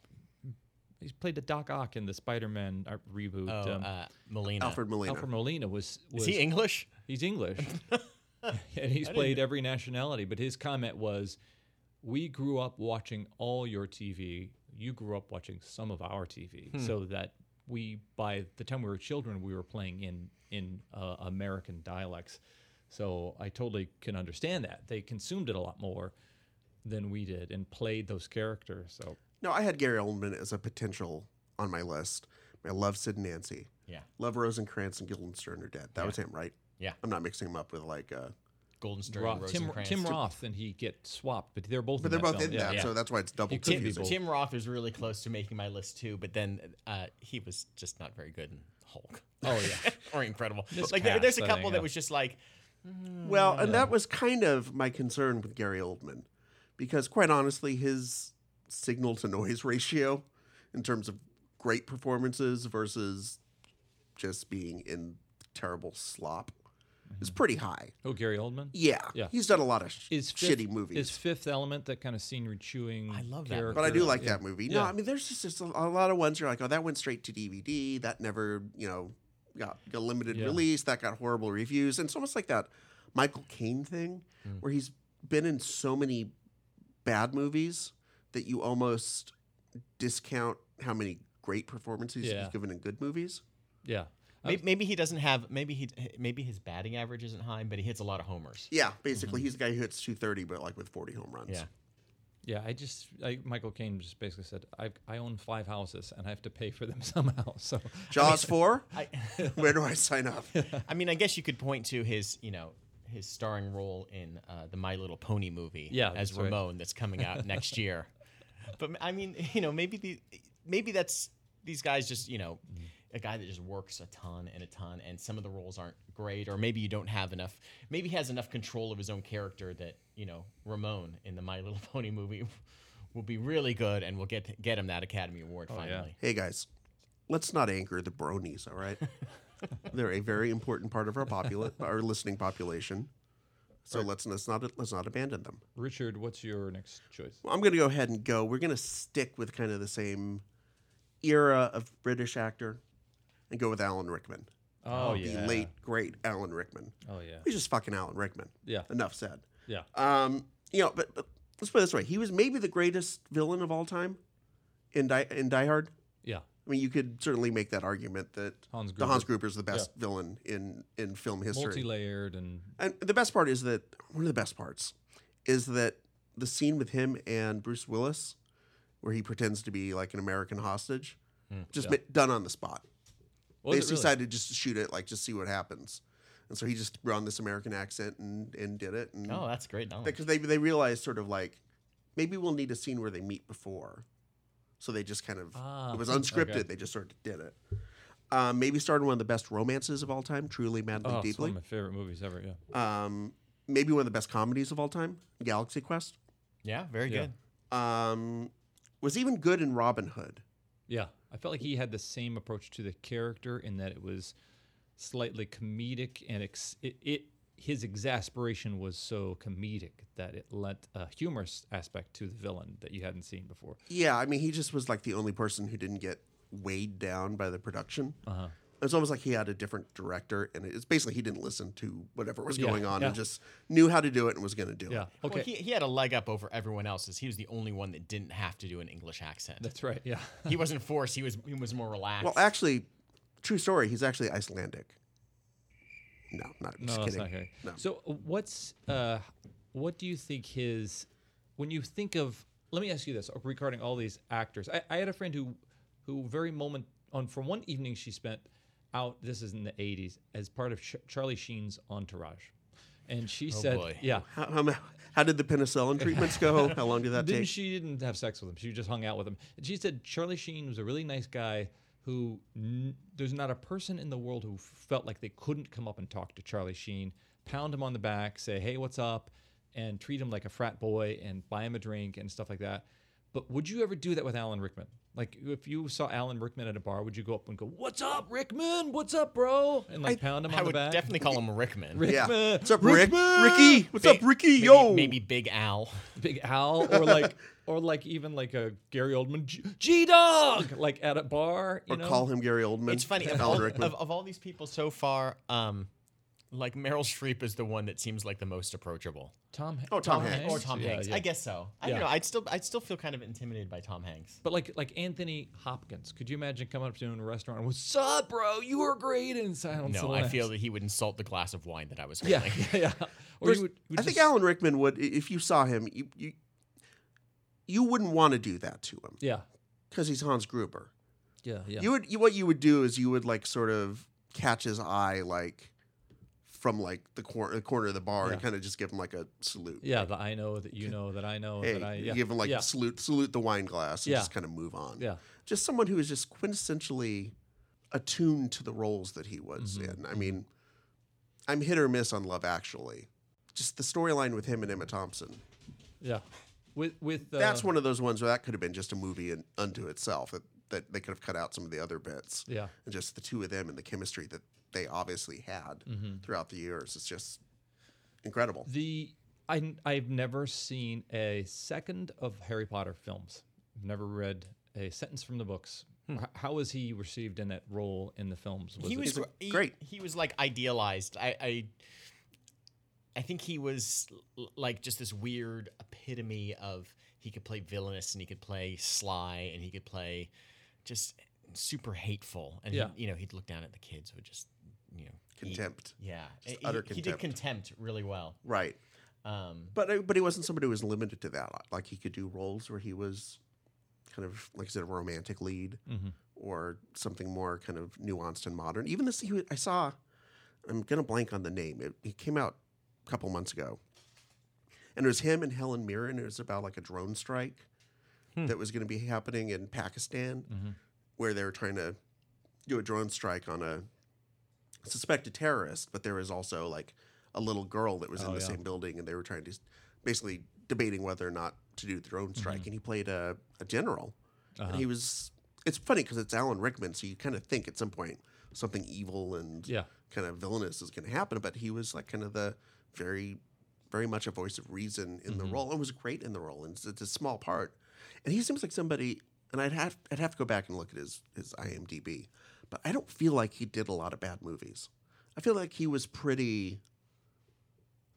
S1: he's played the Doc Ock in the Spider-Man uh, reboot.
S3: Oh,
S1: um,
S3: uh, Molina.
S2: Alfred Molina.
S1: Alfred Molina was, was
S3: Is he English?
S1: He's English. *laughs* and he's played every nationality. But his comment was We grew up watching all your TV. You grew up watching some of our TV. So that we, by the time we were children, we were playing in, in uh, American dialects. So I totally can understand that. They consumed it a lot more than we did and played those characters. So
S2: No, I had Gary Oldman as a potential on my list. I love Sid and Nancy.
S3: Yeah.
S2: Love Rosencrantz and Guildenstern are dead. That was him, right?
S3: Yeah.
S2: I'm not mixing him up with like, uh,
S3: Golden Star.
S1: Ro- Tim,
S3: Rosencrantz.
S1: Tim Roth and he get swapped, but they're both in
S2: but they're
S1: that
S2: both
S1: film.
S2: in that,
S1: Yeah.
S2: so that's why it's double
S1: It could be
S2: confusing.
S1: both.
S3: Tim Roth was really close to making my list too, but then uh, he was just not very good in Hulk.
S1: Oh, yeah.
S3: *laughs* or incredible. like there,
S1: Miscast,
S3: there's
S1: I
S3: a couple
S1: think,
S3: that
S1: yeah.
S3: was just like
S2: Well, and that was kind of my concern with Gary Oldman, because quite honestly, his signal to noise *laughs* ratio in terms of great performances versus just being in terrible slop is pretty high.
S1: Oh, Gary Oldman?
S2: Yeah.
S1: Yeah.
S2: He's done a lot of sh-
S1: is fifth,
S2: shitty movies.
S1: Is Fifth Element that kind of scenery chewing?
S3: I love that movie.
S2: but I do like that movie. No,
S1: Yeah.
S2: I mean, there's just, just a, a lot of ones you're like, oh, that went straight to DVD. That never, you know, got, got limited
S1: Yeah.
S2: release. That got horrible reviews. And it's almost like that Michael Caine thing
S1: Mm.
S2: where he's been in so many bad movies that you almost discount how many great performances
S1: Yeah.
S2: he's given in good movies.
S1: Yeah,
S3: maybe, maybe he doesn't have maybe he maybe his batting average isn't high, but he hits a lot of homers.
S2: Yeah, basically, he's the guy who hits 230, but like with 40 home runs.
S3: Yeah.
S1: Mm-hmm. yeah. I just I, Michael Caine just basically said, I I own five houses and I have to pay for them *laughs* somehow. So *laughs*
S2: Jaws 4?
S3: I
S2: Where do I sign up?
S3: I mean, I guess you could point to his you know his starring role in uh, the My Little Pony movie
S1: Yeah,
S3: as
S1: that's right.
S3: Ramon that's coming out
S1: *laughs*
S3: next year. But I mean, you know, maybe the maybe that's these guys just you know
S1: Mm-hmm.
S3: a guy that just works a ton and a ton, and some of the roles aren't great, or maybe you don't have enough. Maybe he has enough control of his own character that you know Ramon in the My Little *laughs* Pony movie will be really good, and we'll get get him that Academy
S1: Oh,
S3: Award finally.
S2: Hey guys, let's not anchor the bronies, all
S1: *laughs*
S2: right? They're a very important part of our popula- our listening population. So let's let's not let's not abandon them.
S1: Richard, what's your next choice?
S2: Well, I'm going to go ahead and go. We're going to stick with kind of the same era of British actor and go with Alan Rickman.
S1: Oh,
S2: The late great Alan Rickman.
S1: Oh yeah.
S2: He's just fucking Alan Rickman.
S1: Yeah.
S2: Enough said.
S1: Yeah.
S2: Um, you know, but, but let's put it this way: he was maybe the greatest villain of all time in Die, in Die Hard.
S1: Yeah.
S2: I mean, you could certainly make that argument that
S1: Hans
S2: the
S1: Gruber.
S2: Hans Gruber is the best villain in in film history.
S1: Multi-layered and
S2: and the best part is that one of the best parts is that the scene with him and Bruce Willis, where he pretends to be like an American hostage, just ma- done on the spot.
S1: Hmm, Was
S2: they
S1: it
S2: just
S1: really?
S2: decided just to shoot it, like just see what happens. And so he just threw on this American accent and and did it. And
S3: Oh, that's great knowledge.
S2: because they they realized sort of like maybe we'll need a scene where they meet before, so they just kind of
S1: Ah,
S2: it was
S1: okay.
S2: unscripted. They just sort of did it. Um, maybe started one of the best romances of all time, truly, madly,
S1: oh, it's one
S2: deeply.
S1: of my favorite movies ever. Yeah.
S2: Um, maybe one of the best comedies of all time, Galaxy Quest.
S3: Yeah, very
S1: Yeah.
S3: good.
S2: Um, was even good in Robin Hood.
S1: Yeah. I felt like he had the same approach to the character in that it was slightly comedic and ex- it, it his exasperation was so comedic that it lent a humorous aspect to the villain that you hadn't seen before.
S2: Yeah, I mean, he just was like the only person who didn't get weighed down by the production.
S1: Uh-huh.
S2: It's almost like he had a different director, and it's basically he didn't listen to whatever was
S1: Yeah,
S2: going on and
S1: yeah.
S2: just knew how to do it and was going to do
S1: Yeah.
S2: it.
S1: Okay.
S3: Well, he, he had a leg up over everyone else as he was the only one that didn't have to do an English accent.
S1: That's right. Yeah.
S3: he wasn't forced. He was he was more relaxed.
S2: Well, actually, true story. He's actually Icelandic. No, not
S1: No,
S2: just
S1: that's
S2: kidding.
S1: not okay.
S2: No.
S1: So uh, what's uh, what do you think his when you think of? Let me ask you this: regarding all these actors, I, I had a friend who who very moment on from one evening she spent out. This is in the '80s as part of Ch- Charlie Sheen's entourage, and she
S2: Oh,
S1: said,
S3: boy.
S1: "Yeah."
S2: How, how, ma- how did the penicillin
S1: *laughs*
S2: treatments go? How long did that
S1: Didn't
S2: take?
S1: she didn't have sex with him. She just hung out with him. And she said Charlie Sheen was a really nice guy who n- there's not a person in the world who felt like they couldn't come up and talk to Charlie Sheen, pound him on the back, say, "Hey, what's up?" and treat him like a frat boy and buy him a drink and stuff like that. But would you ever do that with Alan Rickman? Like if you saw Alan Rickman at a bar, would you go up and go, "What's up, Rickman? What's up, bro?" and like pound him
S3: I
S1: on the
S3: would
S1: back?
S3: definitely call him *laughs* Rickman. Rick,
S2: yeah.
S1: Rickman,
S2: What's up, Rick?
S1: Rickman!
S2: Ricky. What's up, Ricky? Yo.
S3: Maybe Big Al.
S1: Big Al, or like,
S2: *laughs*
S1: or like even like a Gary Oldman G Dog, like at a bar, you
S2: Or
S1: know?
S2: call him Gary Oldman.
S3: It's funny. Of
S1: *laughs*
S2: Alan
S3: all,
S2: Rickman.
S3: of, of all these people so far, um, like Meryl Streep is the one that seems like the most approachable.
S1: Tom.
S2: Oh, Tom Hanks.
S3: Or Tom
S1: Yeah,
S3: Hanks.
S1: yeah.
S3: I guess so. I
S1: Yeah.
S3: don't know. I'd still I'd still feel kind of intimidated by Tom Hanks.
S1: But like, like Anthony Hopkins, could you imagine coming up to him in a restaurant? and, What's up, bro? You were great in Silence. of
S3: No,
S1: the
S3: I
S1: Lambs."
S3: feel that he would insult the glass of wine that I
S1: *laughs*
S3: was
S1: Yeah,
S3: holding.
S1: yeah,
S2: *laughs*
S1: yeah. Or
S2: There's-
S1: you would, would
S2: I think
S1: just-
S2: Alan Rickman would, i- if you saw him, you you, you wouldn't want to do that to him
S1: Yeah,
S2: because he's Hans Gruber.
S1: yeah, yeah.
S2: You would, you, what you would do is you would like sort of catch his eye like from like the corner, the corner of the bar,
S1: Yeah.
S2: and kind of just give him like a salute.
S1: yeah, the I know that you know that I know
S2: Hey,
S1: that I yeah.
S2: give him like
S1: yeah.
S2: salute, salute the wine glass, and
S1: Yeah.
S2: just kind of move on.
S1: Yeah.
S2: just someone who is just quintessentially attuned to the roles that he was
S1: Mhm.
S2: in. I mean, I'm hit or miss on Love Actually. Just the storyline with him and Emma Thompson.
S1: yeah. With with uh,
S2: That's one of those ones where that could have been just a movie in, unto itself. That, that they could have cut out some of the other bits
S1: Yeah,
S2: and just the two of them and the chemistry that they obviously had
S1: Mm-hmm.
S2: throughout the years. It's just incredible.
S1: The I I've never seen a second of Harry Potter films. I've never read a sentence from the books. H- How was he received in that role in the films?
S3: he
S1: it-
S3: was
S2: he's
S3: gr- he-
S2: great.
S3: He, was like idealized. I, I I think he was l- like just this weird epitome of he could play villainous and he could play sly and he could play just super hateful and
S1: Yeah.
S3: he, you know he'd look down at the kids who would just you know eat-
S2: Contempt.
S3: yeah,
S2: Just
S3: he,
S2: utter
S3: he did contempt really well.
S2: Right.
S3: Um,
S2: But but he wasn't somebody who was limited to that. Like he could do roles where he was kind of like I said, a romantic lead
S1: Mm-hmm,
S2: or something more kind of nuanced and modern. Even this, he, wa- I saw. I'm gonna blank on the name. It, it came out a couple months ago, and it was him and Helen Mirren. It was about like a drone strike that was going to be happening in Pakistan,
S1: mm-hmm.
S2: where they were trying to do a drone strike on a suspected terrorist, but there was also like a little girl that was in
S1: Oh,
S2: the
S1: yeah.
S2: same building, and they were trying to s- basically debating whether or not to do the drone
S1: Mm-hmm.
S2: strike. And he played a, a general,
S1: Uh-huh.
S2: and he was. It's funny because it's Alan Rickman, so you kind of think at some point something evil and
S1: Yeah.
S2: kind of villainous is going to happen, but he was like kind of the very, very much a voice of reason in the
S1: Mm-hmm.
S2: role and was great in the role. And it's, it's a small part. And he seems like somebody, and I'd have I'd have to go back and look at his his IMDb, but I don't feel like he did a lot of bad movies. I feel like he was pretty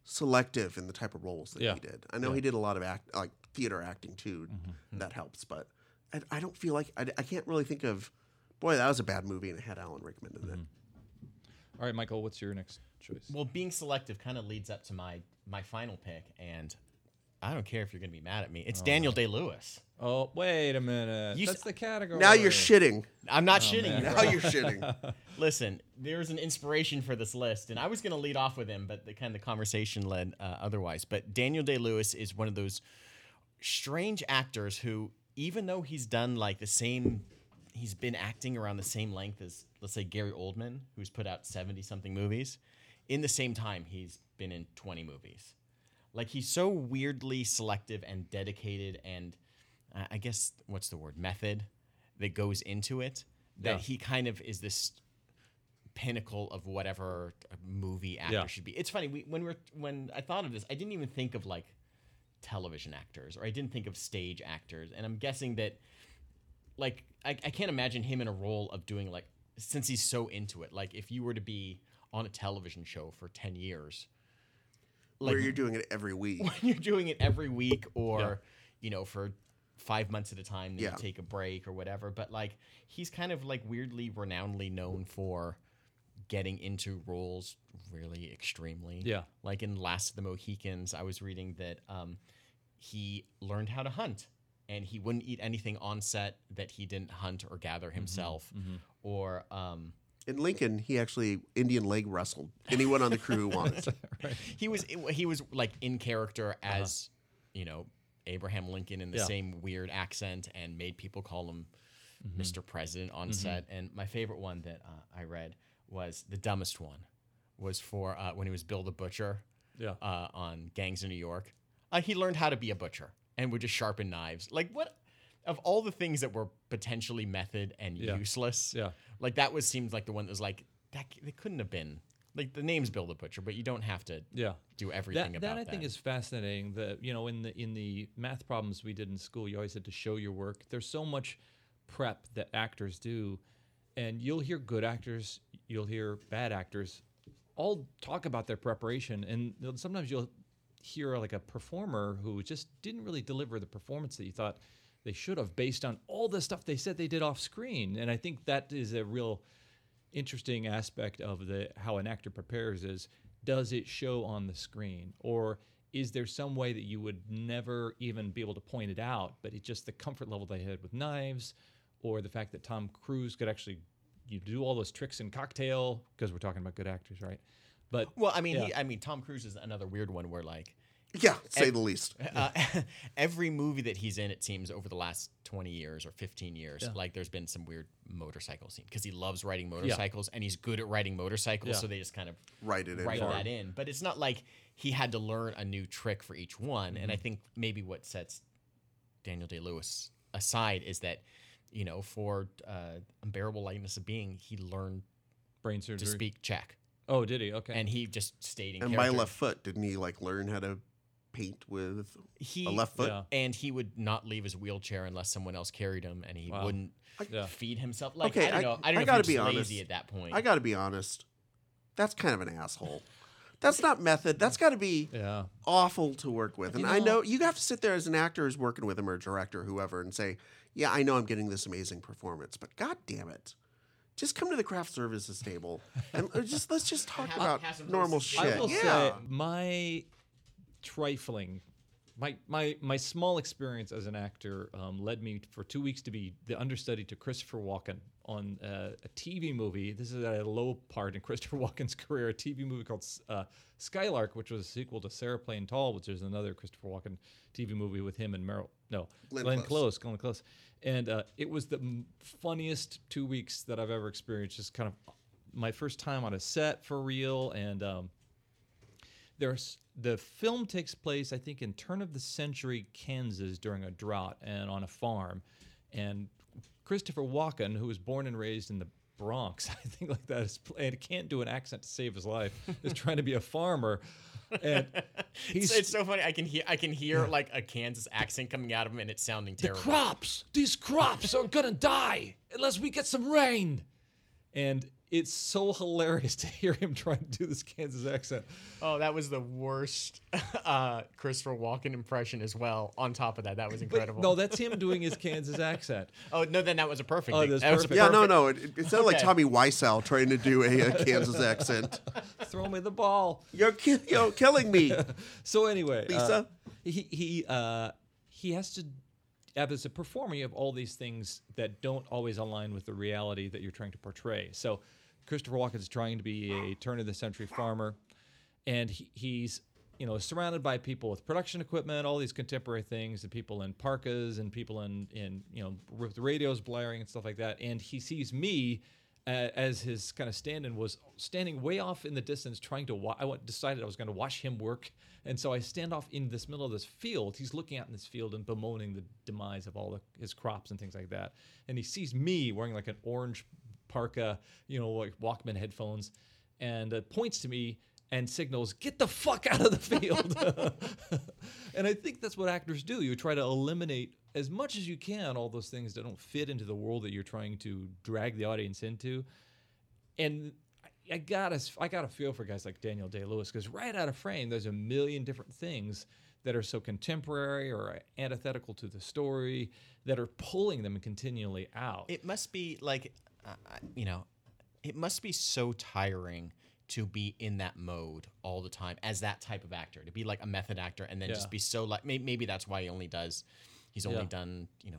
S2: selective in the type of roles that
S1: Yeah.
S2: he did. I
S1: Yeah.
S2: know
S1: Mm-hmm.
S2: he did a lot of act like theater acting too. and That helps, but I, I don't feel like I, I can't really think of. Boy, that was a bad movie, and it had Alan Rickman in it.
S1: Mm-hmm. All right, Michael, what's your next choice?
S3: Well, being selective kind of leads up to my my final pick, and I don't care if you're going to be mad at me. It's Daniel Day Lewis.
S1: Oh, wait a minute.
S3: You s-
S1: That's the category.
S2: Now you're shitting.
S3: I'm not shitting you.
S2: *laughs* Now you're
S3: *laughs*
S2: shitting.
S3: Listen, there's an inspiration for this list, and I was going to lead off with him, but the kind of the conversation led uh, otherwise. But Daniel Day Lewis is one of those strange actors who, even though he's done like the same, he's been acting around the same length as, let's say, Gary Oldman, who's put out 70 something movies. In the same time, he's been in 20 movies. Like he's so weirdly selective and dedicated, and uh, I guess what's the word method that goes into it that
S1: Yeah.
S3: he kind of is this pinnacle of whatever a movie actor
S1: Yeah.
S3: should be. It's funny we, when we're when I thought of this, I didn't even think of like television actors or I didn't think of stage actors, and I'm guessing that like I, I can't imagine him in a role of doing like since he's so into it. Like if you were to be on a television show for ten years, like
S2: where you're doing it every week.
S3: *laughs* when you're doing it every week or you know for five months at a time then
S2: Yeah.
S3: you take a break or whatever but like he's kind of like weirdly renownedly known for getting into roles really extremely
S1: Yeah.
S3: like in last of the mohicans i was reading that um he learned how to hunt and he wouldn't eat anything on set that he didn't hunt or gather himself
S1: mm-hmm. *laughs*
S3: or um
S2: In Lincoln, he actually Indian leg wrestled anyone on the crew who wanted.
S3: he was he was like in character as you know Abraham Lincoln in the
S1: Uh-huh. Yeah.
S3: same weird accent and made people call him
S1: Mm-hmm.
S3: Mr. President on set. And my favorite one that uh, I read was the dumbest one was for uh, when he was Bill the Butcher
S1: Yeah.
S3: uh, on Gangs in New York. Uh, he learned how to be a butcher and would just sharpen knives. Like what? Of all the things that were potentially method and
S1: Yeah.
S3: useless,
S1: Yeah.
S3: like that was seemed like the one that was like that. c- They couldn't have been like the name's Bill the Butcher, but you don't have to
S1: Yeah.
S3: do
S1: That,
S3: everything
S1: that
S3: about
S1: I think is fascinating. That you know, in the in the math problems we did in school, you always had to show your work. There's so much prep that actors do, and you'll hear good actors, you'll hear bad actors, all talk about their preparation, and you'll- sometimes you'll hear like a performer who just didn't really deliver the performance that you thought they should have based on all the stuff they said they did off screen. And I think that is a real interesting aspect of the how an actor prepares is does it show on the screen or is there some way that you would never even be able to point it out but it's just the comfort level they had with knives or the fact that tom cruise could actually you do all those tricks in cocktail because we're talking about good actors right but
S3: Well, I mean,
S1: Yeah.
S3: he, I mean, Tom Cruise is another weird one where like
S2: Yeah, say the least.
S3: uh, *laughs* every movie that he's in, it seems over the last twenty years or fifteen years, like there's been some weird motorcycle scene because he loves riding motorcycles and he's good at riding motorcycles,
S1: Yeah.
S3: so they just kind of
S2: Write it in.
S3: write
S2: for him.
S3: that in. But it's not like he had to learn a new trick for each one. And I
S1: Mm-hmm.
S3: think maybe what sets Daniel Day Lewis aside is that you know for uh, unbearable lightness of being, he learned
S1: brain
S3: to
S1: surgery
S3: speak Czech.
S1: oh did he okay
S3: And he just stayed in
S2: And by
S3: character.
S2: left foot, didn't he like learn how to paint with
S3: he
S2: a left foot?
S1: yeah
S3: and he would not leave his wheelchair unless someone else carried him, and he
S1: Wow.
S3: wouldn't
S1: Yeah.
S3: feed himself. Like
S2: Okay,
S3: I don't
S2: I-
S3: know. I don't
S2: I
S3: know
S2: gotta
S3: if he
S2: be
S3: was
S2: honest.
S3: lazy at that point.
S2: I got to be honest. That's kind of an asshole. That's not method. That's got to be
S1: yeah
S2: awful to work with. And
S3: You
S2: I
S3: know-
S2: know you have to sit there as an actor who's working with him or a director or whoever and say, yeah, I know I'm getting this amazing performance, but god damn it. Just come to the craft services table and or just let's just talk
S3: Have-
S2: about
S3: have some
S2: normal
S3: voices. I
S2: shit.
S1: I will
S2: yeah.
S1: say my trifling, my my my small experience as an actor um, led me for two weeks to be the understudy to Christopher Walken on uh, a TV movie. This is at a low part in *laughs* Christopher Walken's career. A TV movie called uh, Skylark, which was a sequel to Sarah Plain Tall, which is another Christopher Walken TV movie with him and Meryl. No,
S2: Glenn
S1: Glenn, Close
S2: Close.
S1: close, going close. And uh, it was the m- funniest two weeks that I've ever experienced. Just kind of my first time on a set for real. And um, there's the film takes place, I think, in turn of the century Kansas during a drought and on a farm. And Christopher Walken, who was born and raised in the Bronx, *laughs* I think like that, is, pl- and can't do an accent to save his life, *laughs* is trying to be a farmer. And he's
S3: It's, *laughs* it's so funny. I can hear I can hear like a Kansas accent coming out of him, and it's sounding terrible.
S1: crops these crops are gonna die unless we get some rain and it's so hilarious *laughs* to hear him trying to do this kansas accent
S3: Oh, that was the worst *laughs* uh, Christopher Walken impression as well. On top of that, that was
S1: But
S3: incredible.
S1: no that's him doing his kansas accent
S3: oh no, then that was a perfect.
S1: Oh,
S3: thing.
S1: that's
S3: that was a
S1: perfect.
S2: Yeah, no,
S3: perfect-
S2: no. It, it it sounded like
S3: Okay.
S2: Tommy Wiseau trying to do a, uh Kansas
S3: *laughs*
S2: accent.
S1: throw me the ball
S2: You're, ki- you're killing me.
S1: so anyway uh,
S2: Lisa?
S1: he he uh he has to have as a performer you have all these things that don't always align with the reality that you're trying to portray so christopher walken's trying to be a turn of the century farmer and he, he's you know surrounded by people with production equipment all these contemporary things and people in parkas and people in in you know with radios blaring and stuff like that and he sees me uh, as his kind of stand-in was standing way off in the distance trying to wa- i wa- decided i was going to watch him work and so i stand off in this middle of this field he's looking out in this field and bemoaning the demise of all the, his crops and things like that and he sees me wearing like an orange parka, you know, like Walkman headphones, and uh, points to me and signals, "Get the fuck out of the field." and I think that's what actors do. You try to eliminate as much as you can all those things that don't fit into the world that you're trying to drag the audience into. And I- I got a, I got a feel for guys like Daniel Day Lewis because right out of frame, there's a million different things that are so contemporary or antithetical to the story that are pulling them continually out.
S3: It must be like, uh, you know, it must be so tiring to be in that mode all the time as that type of actor, to be like a method actor and then
S1: Yeah.
S3: just be so like, maybe, maybe that's why he only does, he's only
S1: Yeah.
S3: done, you know,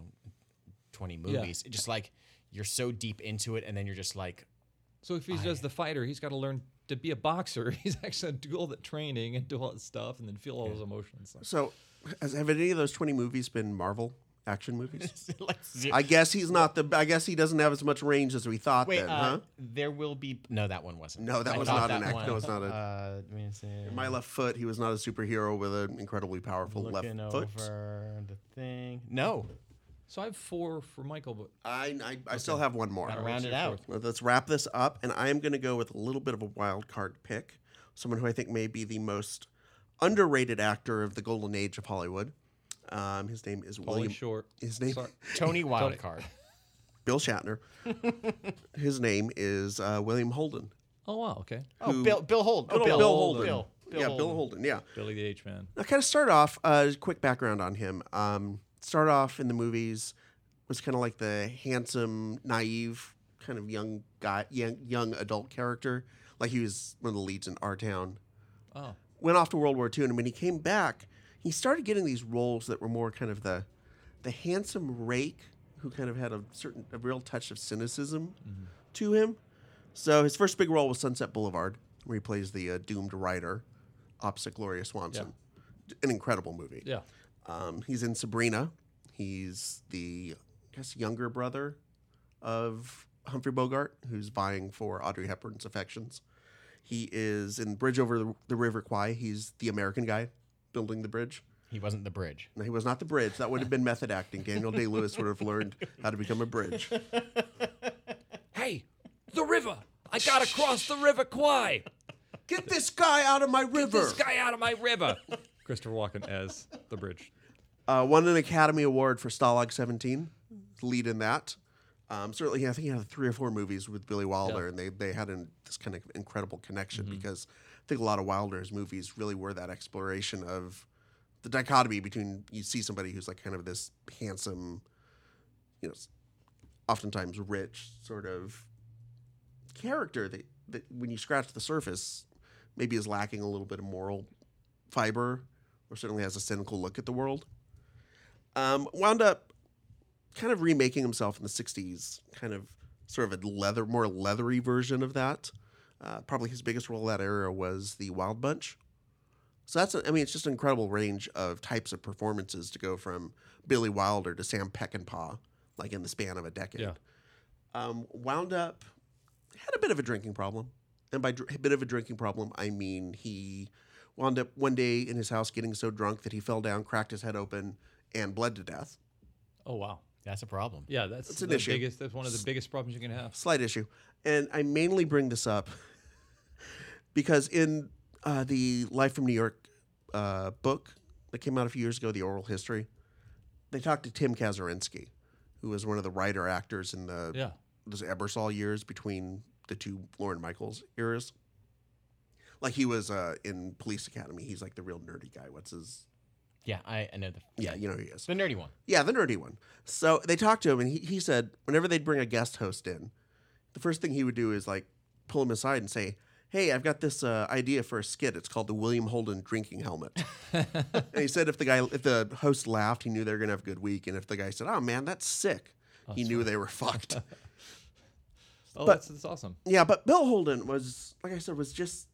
S3: 20 movies. Just like you're so deep into it and then you're just like, *laughs*
S1: So if he's just the fighter, he's got to learn to be a boxer. *laughs* He's actually do all that training and do all that stuff, and then feel all those emotions.
S2: So, has, have any of those twenty movies been Marvel action
S3: *laughs*
S2: movies?
S3: like zero.
S2: I guess he's not the. I guess he doesn't have as much range as we thought.
S3: Wait,
S2: then,
S3: uh,
S2: huh?
S3: there will be. No, that one wasn't.
S2: No, that
S3: I
S2: was
S3: thought
S2: not an
S3: that
S2: act- that
S3: one-
S2: was not a-
S3: Uh, let me see.
S2: My left foot. He was not a superhero with an incredibly powerful
S3: Looking
S2: left
S3: over
S2: foot.
S3: the thing. No,
S1: So I have four for Michael, but
S2: I I, I still have one more.
S3: gotta round it out.
S2: Let's wrap this up, and I am going to go with a little bit of a wild card pick. Someone who I think may be the most underrated actor of the golden age of Hollywood. Um, his name is
S1: Paulie
S2: William.
S1: *laughs* Short.
S2: His name
S1: Sorry.
S2: *laughs*
S3: Tony Wildcard.
S2: Bill
S3: *laughs*
S2: Shatner. his name is uh, William Holden.
S1: Oh wow, okay.
S3: Oh, Bill, Bill Holden. Oh,
S2: Bill
S3: Bill,
S2: Holden.
S3: Bill, Bill
S2: yeah,
S3: Holden.
S2: Bill Holden. Yeah.
S1: Billy the H Man.
S2: Now, kind of start off. Uh, quick background on him. Um, start off in the movies was kind of like the handsome, naive, kind of young guy, young, young adult character. Like he was one of the leads in Our Town.
S1: Oh,
S2: Went off to World War II, and when he came back, he started getting these roles that were more kind of the the handsome rake who kind of had a certain a real touch of cynicism to him. So his first big role was Sunset Boulevard, where he plays the uh, doomed writer opposite Gloria Swanson. An incredible movie.
S1: yeah.
S2: Um, he's in Sabrina. He's the I guess younger brother of Humphrey Bogart, who's vying for Audrey Hepburn's affections. He is in Bridge Over the, the River Kwai. He's the American guy building the bridge.
S3: He wasn't the bridge.
S2: No, he was not the bridge. That would have been method acting. Daniel Day Lewis would have learned how to become a bridge.
S1: Hey, the river! I gotta cross the river Kwai.
S2: Get this guy out of my river.
S1: This guy out of my river. *laughs* Christopher Walken as the bridge.
S2: Uh, won an Academy Award for Stalag 17, lead in that. Um, certainly, I think he had three or four movies with Billy Wilder, and they, they had an, this kind of incredible connection because I think a lot of Wilder's movies really were that exploration of the dichotomy between you see somebody who's like kind of this handsome, you know, s- oftentimes rich sort of character that, that when you scratch the surface, maybe is lacking a little bit of moral fiber or certainly has a cynical look at the world um, wound up kind of remaking himself in the 60s, kind of sort of a leather, more leathery version of that. Uh, probably his biggest role that era was the Wild Bunch. So that's, a, I mean, it's just an incredible range of types of performances to go from Billy Wilder to Sam Peckinpah, like in the span of a decade.
S1: Yeah.
S2: Um, wound up, had a bit of a drinking problem. And by dr- a bit of a drinking problem, I mean he wound up one day in his house getting so drunk that he fell down, cracked his head open, and bled to death.
S1: Oh wow.
S3: That's a problem.
S1: Yeah, that's,
S2: an
S1: the
S2: issue.
S1: biggest. That's one of the biggest problems you can have.
S2: Slight issue. And I mainly bring this up *laughs* because in uh, the Life from New York uh, book that came out a few years ago, The Oral History, they talked to Tim Kazurinsky, who was one of the writer actors in the
S1: Yeah.
S2: those Ebersol years between the two Lauren Michaels eras. Like he was uh, in Police Academy. He's like the real nerdy guy. What's his?
S3: Yeah, I, I know the.
S2: Yeah, you know who he is.
S3: the nerdy one.
S2: Yeah, the nerdy one. So they talked to him, and he, he said whenever they'd bring a guest host in, the first thing he would do is like pull him aside and say, "Hey, I've got this uh, idea for a skit. It's called the William Holden Drinking Helmet." and he said if the guy, if the host laughed, he knew they were gonna have a good week, and if the guy said, "Oh man, that's sick," he knew they were fucked.
S1: Oh,
S2: But-
S1: that's, that's awesome.
S2: Yeah, but Bill Holden was, like I said, was just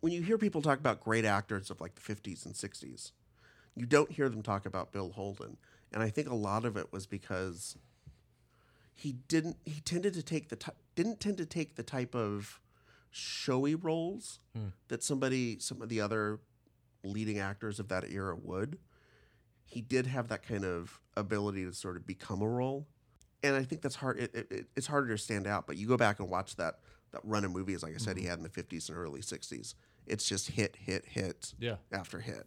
S2: when you hear people talk about great actors of like the 50s and 60s, you don't hear them talk about Bill Holden. And I think a lot of it was because he didn't he tended to take the ty- didn't tend to take the type of showy roles that somebody some of the other leading actors of that era would. He did have that kind of ability to sort of become a role and I think that's hard. It, it- it, it's harder to stand out, but you go back and watch that that run of movies, like I said, he had in the '50s and early '60s. It's just hit, hit, hit
S1: Yeah.
S2: after hit.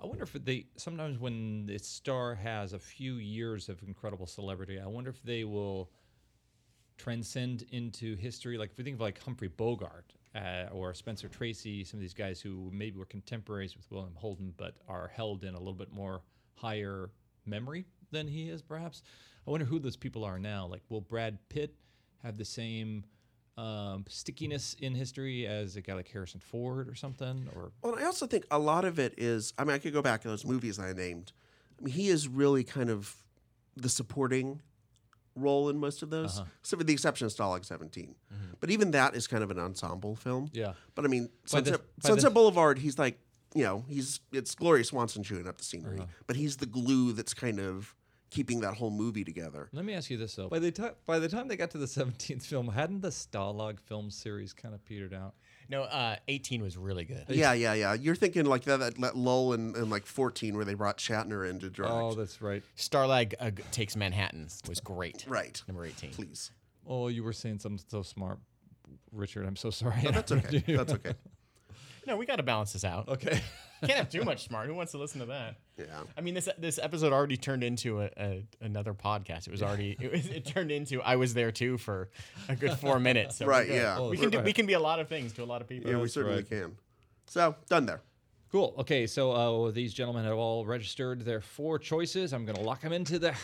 S1: I wonder if they sometimes when the star has a few years of incredible celebrity, I wonder if they will transcend into history. Like if we think of like Humphrey Bogart uh, or Spencer Tracy, some of these guys who maybe were contemporaries with William Holden, but are held in a little bit more higher memory than he is, perhaps. I wonder who those people are now. Like, will Brad Pitt have the same um, stickiness in history as a guy like Harrison Ford or something? Or
S2: Well, and I also think a lot of it is. I mean, I could go back to those movies I named. I mean, he is really kind of the supporting role in most of those,
S1: Uh-huh.
S2: except with the exception of Stalag 17. But even that is kind of an ensemble film.
S1: Mm-hmm. yeah,
S2: But I mean,
S1: By the-
S2: Sunset,
S1: by the-
S2: Sunset Boulevard, he's like, you know, he's it's Gloria Swanson chewing up the scenery,
S1: Uh-huh.
S2: but he's the glue that's kind of keeping that whole movie together.
S1: Let me ask you this though: by the time by the time they got to the seventeenth film, hadn't the Stalag film series kind of petered out?
S3: No, uh, 18 was really good.
S2: Yeah, yeah, yeah. You're thinking like that, that, that lull in, in like 14 where they brought Shatner in to direct.
S1: Oh, that's right.
S3: Starlag uh, g- Takes Manhattan was great.
S2: right.
S3: Number 18.
S2: Please.
S1: Oh, you were saying something so smart, Richard. I'm so sorry.
S2: That's okay. That's okay.
S3: No, we got to balance this
S1: *laughs*
S3: out.
S1: okay.
S3: *laughs* Can't have too much smart. Who wants to listen to that?
S2: Yeah.
S3: I mean, this this episode already turned into a, a another podcast. It was already it, was, it turned into I was there too for a good four minutes. So we're
S2: Right,
S3: good.
S2: yeah.
S3: We can do, we can be a lot of things to a lot of people.
S2: Yeah, we certainly
S1: right.
S2: can. So, done there.
S1: Cool. Okay, so uh, these gentlemen have all registered their four choices. I'm going to lock them into the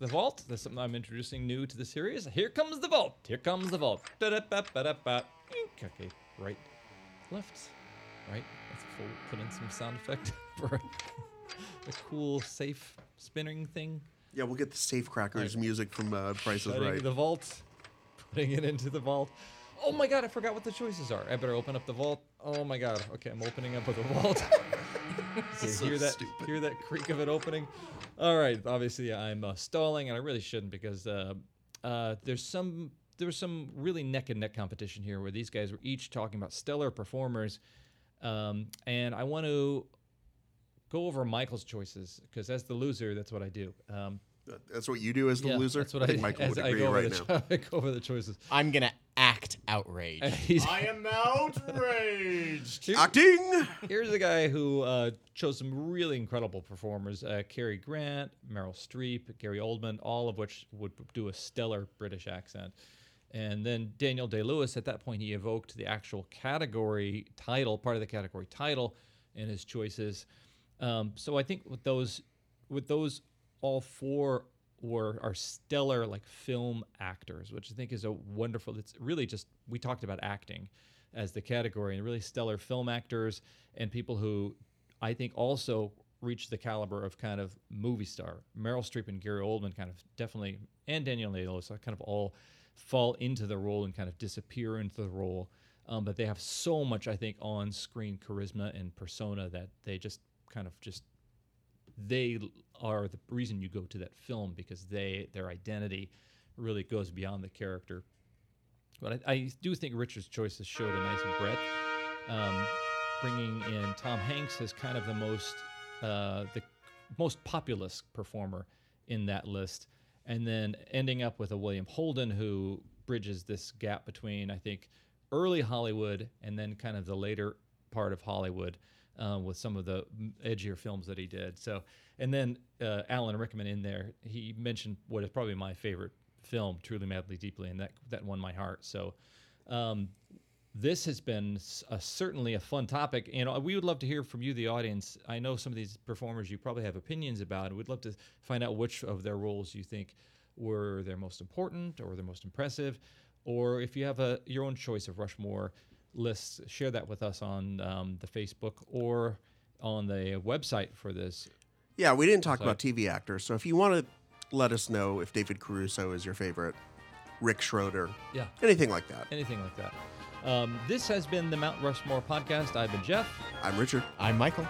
S1: the vault. That's something I'm introducing new to the series. Here comes the vault. Here comes the vault. Ba-da-ba-ba-da-ba. Eek. Okay, right, left, right. Let's pull, put in some sound effect *laughs* for a, a cool, safe spinning thing.
S2: Yeah, we'll get the Safecrackers music from uh, Price is
S1: Putting
S2: Right.
S1: the vault, putting it into the vault. Oh my god, I forgot what the choices are. I better open up the vault. Oh my god. Okay, I'm opening up the vault. *laughs* Okay,
S2: So
S1: hear that
S2: stupid.
S1: hear that creak of it opening. All right, obviously I'm uh, stalling and I really shouldn't because uh, uh, there's some there was some really neck and neck competition here where these guys were each talking about stellar performers. Um, and I want to go over Michael's choices because as the loser, that's what I do. Um,
S2: That's what you do as the
S1: yeah,
S2: loser.
S1: That's what
S2: I
S1: I,
S2: think Michael
S1: as
S2: would
S1: I
S2: agree
S1: go over
S2: right
S1: the
S2: now.
S1: cho- *laughs* I go over the choices.
S3: I'm gonna act outraged. *laughs*
S1: And
S2: *laughs*
S1: he's-
S3: am outraged.
S2: Acting.
S1: Here's a guy who uh, chose some really incredible performers: uh, Cary Grant, Meryl Streep, Gary Oldman, all of which would do a stellar British accent. And then Daniel Day Lewis. At that point, he evoked the actual category title, part of the category title, in his choices. Um, so I think with those, with those, all four were are stellar like film actors, which I think is a wonderful. It's really just we talked about acting as the category, and really stellar film actors and people who I think also reach the caliber of kind of movie star. Meryl Streep and Gary Oldman kind of definitely, and Daniel Day Lewis are kind of all fall into the role and kind of disappear into the role. Um, but they have so much, I think, on screen charisma and persona that they just kind of just they l- are the reason you go to that film because they their identity really goes beyond the character. But I, I do think Richard's choices showed a nice breadth. Um, bringing in Tom Hanks as kind of the most uh, the most populous performer in that list, and then ending up with a William Holden who bridges this gap between I think early Hollywood and then kind of the later part of Hollywood uh, with some of the m- edgier films that he did. So, and then uh, Alan Rickman in there, he mentioned what is probably my favorite film, Truly Madly Deeply, and that that won my heart. So. Um, this has been s- a, certainly a fun topic, and uh, we would love to hear from you, the audience. I know some of these performers you probably have opinions about, and we'd love to find out which of their roles you think were their most important or their most impressive, or if you have a your own choice of Rushmore lists, share that with us on um, the Facebook or on the website for this.
S2: Yeah, we didn't talk about TV actors. So if you want to let us know if David Caruso is your favorite, Rick Schroeder,
S1: Yeah,
S2: anything like that.
S1: anything like that. Um, this has been the Mount Rushmore podcast. I've been Jeff.
S2: I'm Richard.
S3: I'm Michael.